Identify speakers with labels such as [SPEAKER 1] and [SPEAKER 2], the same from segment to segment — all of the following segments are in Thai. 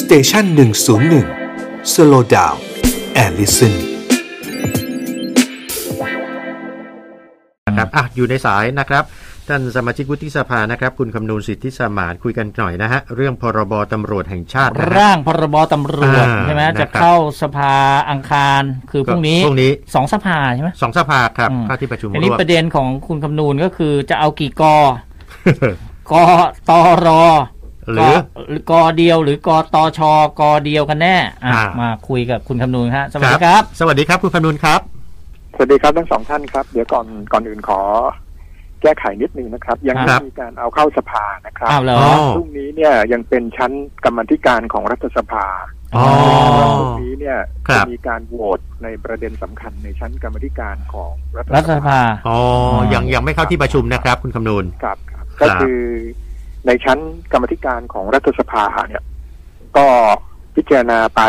[SPEAKER 1] สเตชันหนึ่งศูนย์หนึ่งสโลดาวแอลลิสัน
[SPEAKER 2] นะครับอ่ะอยู่ในสายนะครับ ท่านสมาชิกวุฒิสภานะครับ คุณคำนูนสิทธิสมานคุยกันหน่อยนะฮะ เรื่องพรบตำรวจแห่งชาตินะฮะ
[SPEAKER 3] ร่างพรบตำรวจ
[SPEAKER 2] อ่า
[SPEAKER 3] ใช่ไหม
[SPEAKER 2] นะครับ
[SPEAKER 3] จะเข้าสภาอังคารคือพรุ่งนี้
[SPEAKER 2] ก็พรุ่งนี้
[SPEAKER 3] สองสภาใช่ไหม
[SPEAKER 2] สองสภาครับ
[SPEAKER 3] อืม
[SPEAKER 2] เข้าที่ประชุม
[SPEAKER 3] ที
[SPEAKER 2] ร่
[SPEAKER 3] นี้
[SPEAKER 2] วม
[SPEAKER 3] ประเด็นของคุณคำนูนก็คือจะเอากี่กอกอตอรอ
[SPEAKER 2] หรือ
[SPEAKER 3] กอเดียวหรือกอตอชอกอเดียวกันแน่อ่ะ
[SPEAKER 2] อ่าม
[SPEAKER 3] มาคุยกับคุณคำนูนฮะสวัสดีครับ
[SPEAKER 2] สวัสดีครับคุณคำนูนครับ
[SPEAKER 4] สวัสดีครับทั้งสองท่านครับ เดี๋ยวก่อนก่อนอื่นขอ แก้ไขนิดนึงนะครับ ยัง
[SPEAKER 2] ครั
[SPEAKER 4] ไม่
[SPEAKER 2] บ
[SPEAKER 4] มีการเอาเข้าสภานะครับ
[SPEAKER 3] อ้าวเหรอ
[SPEAKER 4] พะพรุ่งนี้เนี่ยยังเป็นชั้นกรรมาธิการของรัฐสภา
[SPEAKER 2] อ๋อ
[SPEAKER 4] พรุ่งนี้เนี่ย
[SPEAKER 2] ครั
[SPEAKER 4] จะ
[SPEAKER 2] บ
[SPEAKER 4] มีการโหวตในประเด็นสำคัญในชั้นกรรมาธิการของรัฐ
[SPEAKER 3] รัฐสภา
[SPEAKER 2] อ๋อยังยังไม่เข้าที่ประชุมนะครับ คุณคำนูน
[SPEAKER 4] ครับครับ ก็คือในชั้นกรรมาธิการของรัฐสภาเนี่ย ก็พิจารณาไป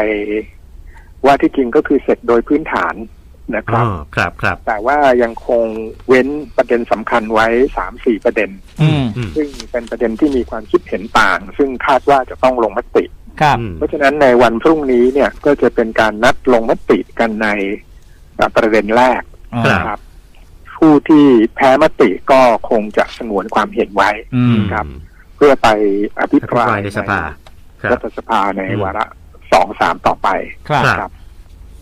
[SPEAKER 4] ว่าที่จริงก็คือเสร็จโดยพื้นฐานนะครับ
[SPEAKER 2] อ๋อครับครับ
[SPEAKER 4] แต่ว่ายังคงเว้นประเด็นสำคัญไว้สามสี่ประเด็น
[SPEAKER 3] อืม
[SPEAKER 2] อืม
[SPEAKER 4] ซึ่งเป็นประเด็นที่มีความคิดเห็นต่าง ซึ่งคาดว่าจะต้องลงมติ
[SPEAKER 3] ครับ
[SPEAKER 2] อืม
[SPEAKER 4] เพราะฉะนั้นในวันพรุ่งนี้เนี่ยก็จะเป็นการนัดลงมติกันในอ่ะประเด็นแรกนะครับ ผู้ที่แพ้มติก็คงจะสงวนความเห็นไว้
[SPEAKER 3] อืม
[SPEAKER 4] ครับ เพื่อไปอภิ
[SPEAKER 2] อ
[SPEAKER 4] ป
[SPEAKER 2] ภิป
[SPEAKER 4] ราร
[SPEAKER 2] าย ยในสภาครั
[SPEAKER 4] รับ ฐสภาใน
[SPEAKER 2] อืม
[SPEAKER 4] วาระสองสามต่อไป
[SPEAKER 3] ครับ
[SPEAKER 2] ครับ
[SPEAKER 4] ครับ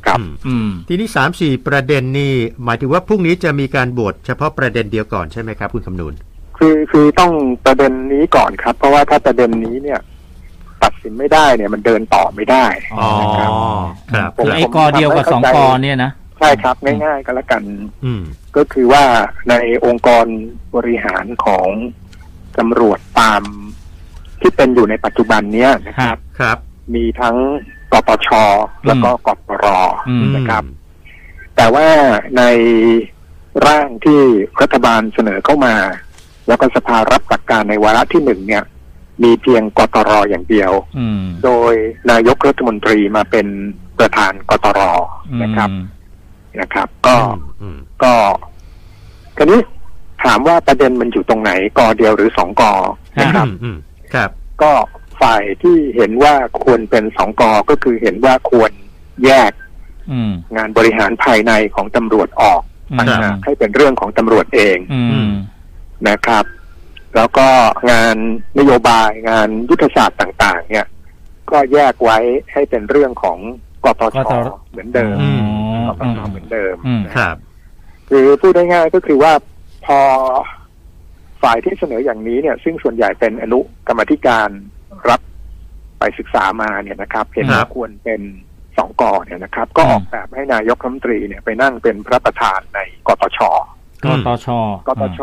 [SPEAKER 4] ครับ
[SPEAKER 2] อืม
[SPEAKER 3] อืม
[SPEAKER 2] ทีนี้สามสี่ประเด็นนี่หมายถึงว่าพรุ่งนี้จะมีการโหวตเฉพาะประเด็นเดียวก่อนใช่ไหมครับคุณคำนูน
[SPEAKER 4] คือคือต้องประเด็นนี้ก่อนครับ เพราะว่าถ้าประเด็นนี้เนี่ย ตัดสินไม่ได้เนี่ยมันเดินต่อไม่ได้
[SPEAKER 2] อ๋อครับ
[SPEAKER 4] ผม
[SPEAKER 3] คือไอ้กอเดียวกับสองกอเนี่ยนะ
[SPEAKER 4] ใช่ครับง่ายๆก็แล้วกัน
[SPEAKER 2] อืม
[SPEAKER 4] ก็คือว่าในองค์กรบริหารของตำรวจตามที่เป็นอยู่ในปัจจุบันเนี้ยนะค
[SPEAKER 3] ครั
[SPEAKER 4] รับ บ
[SPEAKER 2] ครับ
[SPEAKER 4] มีทั้งกปชแล้วก็กปร
[SPEAKER 3] อืม
[SPEAKER 4] นะครับ แต่ว่าในร่างที่รัฐบาลเสนอเข้ามา แล้วก็สภารับหลักการในวาระที่หนึ่งเนี่ย มีเพียงกตรอย่างเดียว
[SPEAKER 3] อืม
[SPEAKER 4] โดยนายกรัฐมนตรีมาเป็นประธานกตรนะครับ
[SPEAKER 3] อืม
[SPEAKER 4] นะครับ ก็
[SPEAKER 2] อืม
[SPEAKER 4] ก็คราวนี้ถามว่าประเด็นมันอยู่ตรงไหนกอเดียวหรือสองกอนะครับ
[SPEAKER 2] อืมอืมครับ
[SPEAKER 4] ก็ฝ่ายที่เห็นว่าควรเป็นสองกอก็คือเห็นว่าควรแยก
[SPEAKER 3] อืม
[SPEAKER 4] งานบริหารภายในของตำรวจออก
[SPEAKER 3] อืม
[SPEAKER 2] ปัญหา
[SPEAKER 4] ให้เป็นเรื่องของตำรวจเอง
[SPEAKER 3] อืม
[SPEAKER 4] นะครับ แล้วก็งานนโยบายงานยุทธศาสตร์ต่าง ๆ เนี่ย ก็แยกไว้ให้เป็นเรื่องของกปช
[SPEAKER 3] กตร
[SPEAKER 4] เหมือนเดิม
[SPEAKER 2] อืม
[SPEAKER 4] กป
[SPEAKER 3] อื
[SPEAKER 4] ช
[SPEAKER 3] ม
[SPEAKER 4] เหมือนเดิม
[SPEAKER 3] อืม
[SPEAKER 2] ครับ
[SPEAKER 4] คือพูดได้ง่ายก็คือว่าพอฝ่ายที่เสนออย่างนี้เนี่ย ซึ่งส่วนใหญ่เป็นอนุกรรมาธิการรับไปศึกษามาเนี่ยนะครับ เห็น
[SPEAKER 2] ครั
[SPEAKER 4] ว่า
[SPEAKER 2] บ
[SPEAKER 4] ควรเป็นสองกอเนี่ยนะครับ ก็ออกแบบให้นายกรัฐมนตรีเนี่ยไปนั่งเป็นพระประธานในกตช
[SPEAKER 3] กตช
[SPEAKER 4] กตช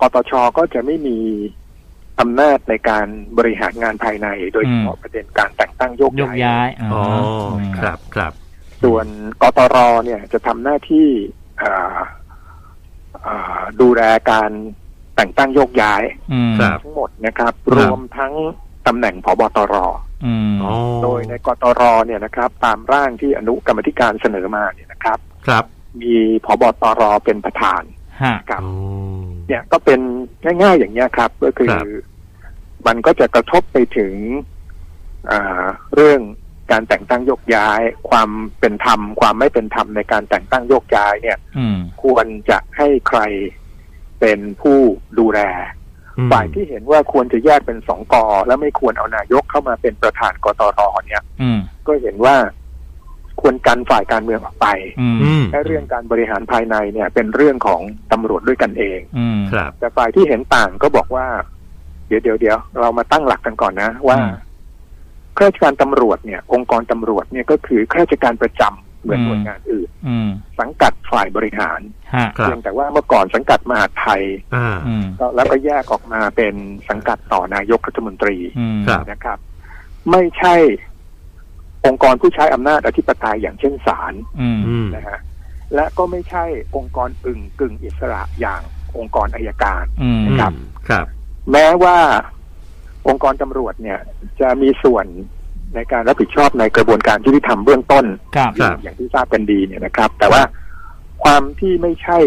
[SPEAKER 4] กตชก็จะไม่มีอำนาจในการบริหารงานภายใน โดยเฉพาะประเด็นการแต่งตั้งโยก
[SPEAKER 3] ยกย้ายา
[SPEAKER 2] อ๋อครับครับ
[SPEAKER 4] ส่วนกตรเนี่ยจะทำหน้าที่อ่าอ่าดูแลการแต่งตั้งโยกย้าย
[SPEAKER 3] อืม
[SPEAKER 2] ครับ
[SPEAKER 4] ทั้งหมดนะครับ
[SPEAKER 2] ครับ
[SPEAKER 4] รวมทั้งตำแหน่งผบตร
[SPEAKER 3] อืม
[SPEAKER 2] อ๋อ
[SPEAKER 4] โดยในกตรเนี่ยนะครับ ตามร่างที่อนุกรรมธิการเสนอมาเนี่ยนะครับ
[SPEAKER 2] ครับ
[SPEAKER 4] มีผบตรเป็นประธาน
[SPEAKER 3] ฮะ
[SPEAKER 4] ครับ
[SPEAKER 2] อ๋อ
[SPEAKER 4] เนี่ยก็เป็นง่ายๆอย่างเนี้ยครับ ก็คือ
[SPEAKER 2] ครับ
[SPEAKER 4] มันก็จะกระทบไปถึงอ่าเรื่องการแต่งตั้งโยกย้าย ความเป็นธรรม ความไม่เป็นธรรมในการแต่งตั้งโยกย้ายเนี่ย
[SPEAKER 3] อืม
[SPEAKER 4] ควรจะให้ใครเป็นผู้ดูแล
[SPEAKER 2] อืม
[SPEAKER 4] ฝ่ายที่เห็นว่าควรจะแยกเป็นสองกอและไม่ควรเอานายกเข้ามาเป็นประธานกตรเนี่ย
[SPEAKER 3] อืม
[SPEAKER 4] ก็เห็นว่าควรกันฝ่ายการเมืองออกไป
[SPEAKER 3] อืม
[SPEAKER 2] อืม
[SPEAKER 4] และเรื่องการบริหารภายในเนี่ย เป็นเรื่องของตำรวจด้วยกันเอง
[SPEAKER 3] อืม
[SPEAKER 2] ครับ
[SPEAKER 4] แต่ฝ่ายที่เห็นต่างก็บอกว่า เดี๋ยวเดี๋ยวเดี๋ยวเรามาตั้งหลักกันก่อนนะ ว่า
[SPEAKER 3] อืม
[SPEAKER 4] ข้าราชการตำรวจเนี่ย องค์กรตำรวจเนี่ยก็คือข้าราชการประจำเหมือน
[SPEAKER 3] อืม
[SPEAKER 4] หน่วยงานอื่น
[SPEAKER 3] อืม
[SPEAKER 4] สังกัดฝ่ายบริหาร
[SPEAKER 3] ฮะ
[SPEAKER 2] ครับ
[SPEAKER 4] เพียงแต่ว่าเมื่อก่อนสังกัดมหาดไทย
[SPEAKER 2] อ่า
[SPEAKER 3] อืม
[SPEAKER 4] ก็แล้วก็แยกออกมาเป็นสังกัดต่อนายกรัฐมนตรี
[SPEAKER 3] อืม
[SPEAKER 2] ครับ
[SPEAKER 4] นะครับ ไม่ใช่องค์กรผู้ใช้อำนาจอธิปไตยอย่างเช่นศาล
[SPEAKER 3] อืม
[SPEAKER 2] อืม
[SPEAKER 4] นะฮะและก็ไม่ใช่องค์กรอึ่งกึ่งอิสระอย่างองค์กรอายการ
[SPEAKER 3] อืม
[SPEAKER 4] ครับ
[SPEAKER 2] ครับ
[SPEAKER 4] แม้ว่าองค์กรตำรวจเนี่ย จะมีส่วนในการรับผิดชอบในกระบวนการยุติธรรมเบื้องต้น
[SPEAKER 3] ครับ
[SPEAKER 2] ครับ
[SPEAKER 4] อย่างที่ทราบกันดีเนี่ยนะครับ แต่ว่าความที่ไม่ใช่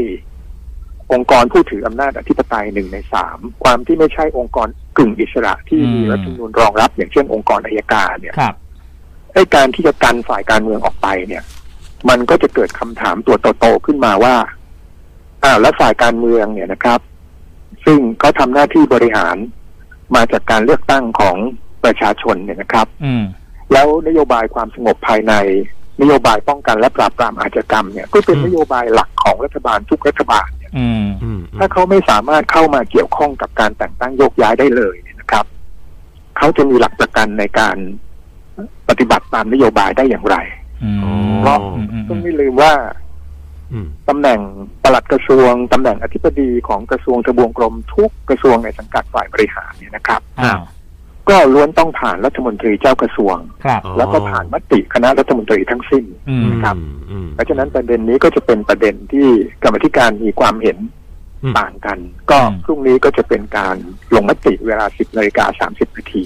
[SPEAKER 4] องค์กรผู้ถืออำนาจอธิปไตยหนึ่งในสามความที่ไม่ใช่องค์กรกึ่งอิสระที่มี
[SPEAKER 3] อืม
[SPEAKER 4] รัฐธรรมนูญรองรับ อย่างเช่นองค์กรอายการเนี่ย
[SPEAKER 3] ครับ
[SPEAKER 4] ไอ้การที่จะกันฝ่ายการเมืองออกไปเนี่ย มันก็จะเกิดคำถามตัวโตๆขึ้นมาว่าอ้าวแล้วฝ่ายการเมืองเนี่ยนะครับ ซึ่งเขาทำหน้าที่บริหารมาจากการเลือกตั้งของประชาชนเนี่ยนะครับ
[SPEAKER 3] อืม
[SPEAKER 4] แล้วนโยบายความสงบภายใน นโยบายป้องกันและปราบปรามอาชญากรรมเนี่ยก็เป็น
[SPEAKER 2] อืม
[SPEAKER 4] นโยบายหลักของรัฐบาลทุกรัฐบาล
[SPEAKER 3] อืม
[SPEAKER 2] อืม
[SPEAKER 4] ถ้าเขาไม่สามารถเข้ามาเกี่ยวข้องกับการแต่งตั้งโยกย้ายได้เลยเนี่ยนะครับ เขาจะมีหลักประกันในการปฏิบัติตามนโยบายได้อย่างไร
[SPEAKER 3] อืม
[SPEAKER 4] เพราะ
[SPEAKER 3] อืมอืม
[SPEAKER 4] ต้องไม่ลืมว่า
[SPEAKER 2] อืม
[SPEAKER 4] ตำแหน่งปลัดกระทรวงตำแหน่งอธิบดีของกระทรวงทบวงกรมทุกกระทรวงในสังกัดฝ่ายบริหารเนี่ยนะครับ
[SPEAKER 3] อ้าว
[SPEAKER 4] ก็ล้วนต้องผ่านรัฐมนตรีเจ้ากระทรวง
[SPEAKER 3] ครับ
[SPEAKER 2] อ๋อ
[SPEAKER 4] แล้วก็ผ่านมติคณะรัฐมนตรีทั้งสิ้น
[SPEAKER 3] อื
[SPEAKER 2] อื
[SPEAKER 3] ม
[SPEAKER 2] ม
[SPEAKER 4] ครับ
[SPEAKER 2] อืม
[SPEAKER 4] เพราะฉะนั้นประเด็นนี้ก็จะเป็นประเด็นที่กรรมธิการมีความเห็น
[SPEAKER 2] อืม
[SPEAKER 4] ต่างกัน ก็
[SPEAKER 3] อืม
[SPEAKER 4] พรุ่งนี้ก็จะเป็นการลงมติเวลา 10นาฬิกา30นาที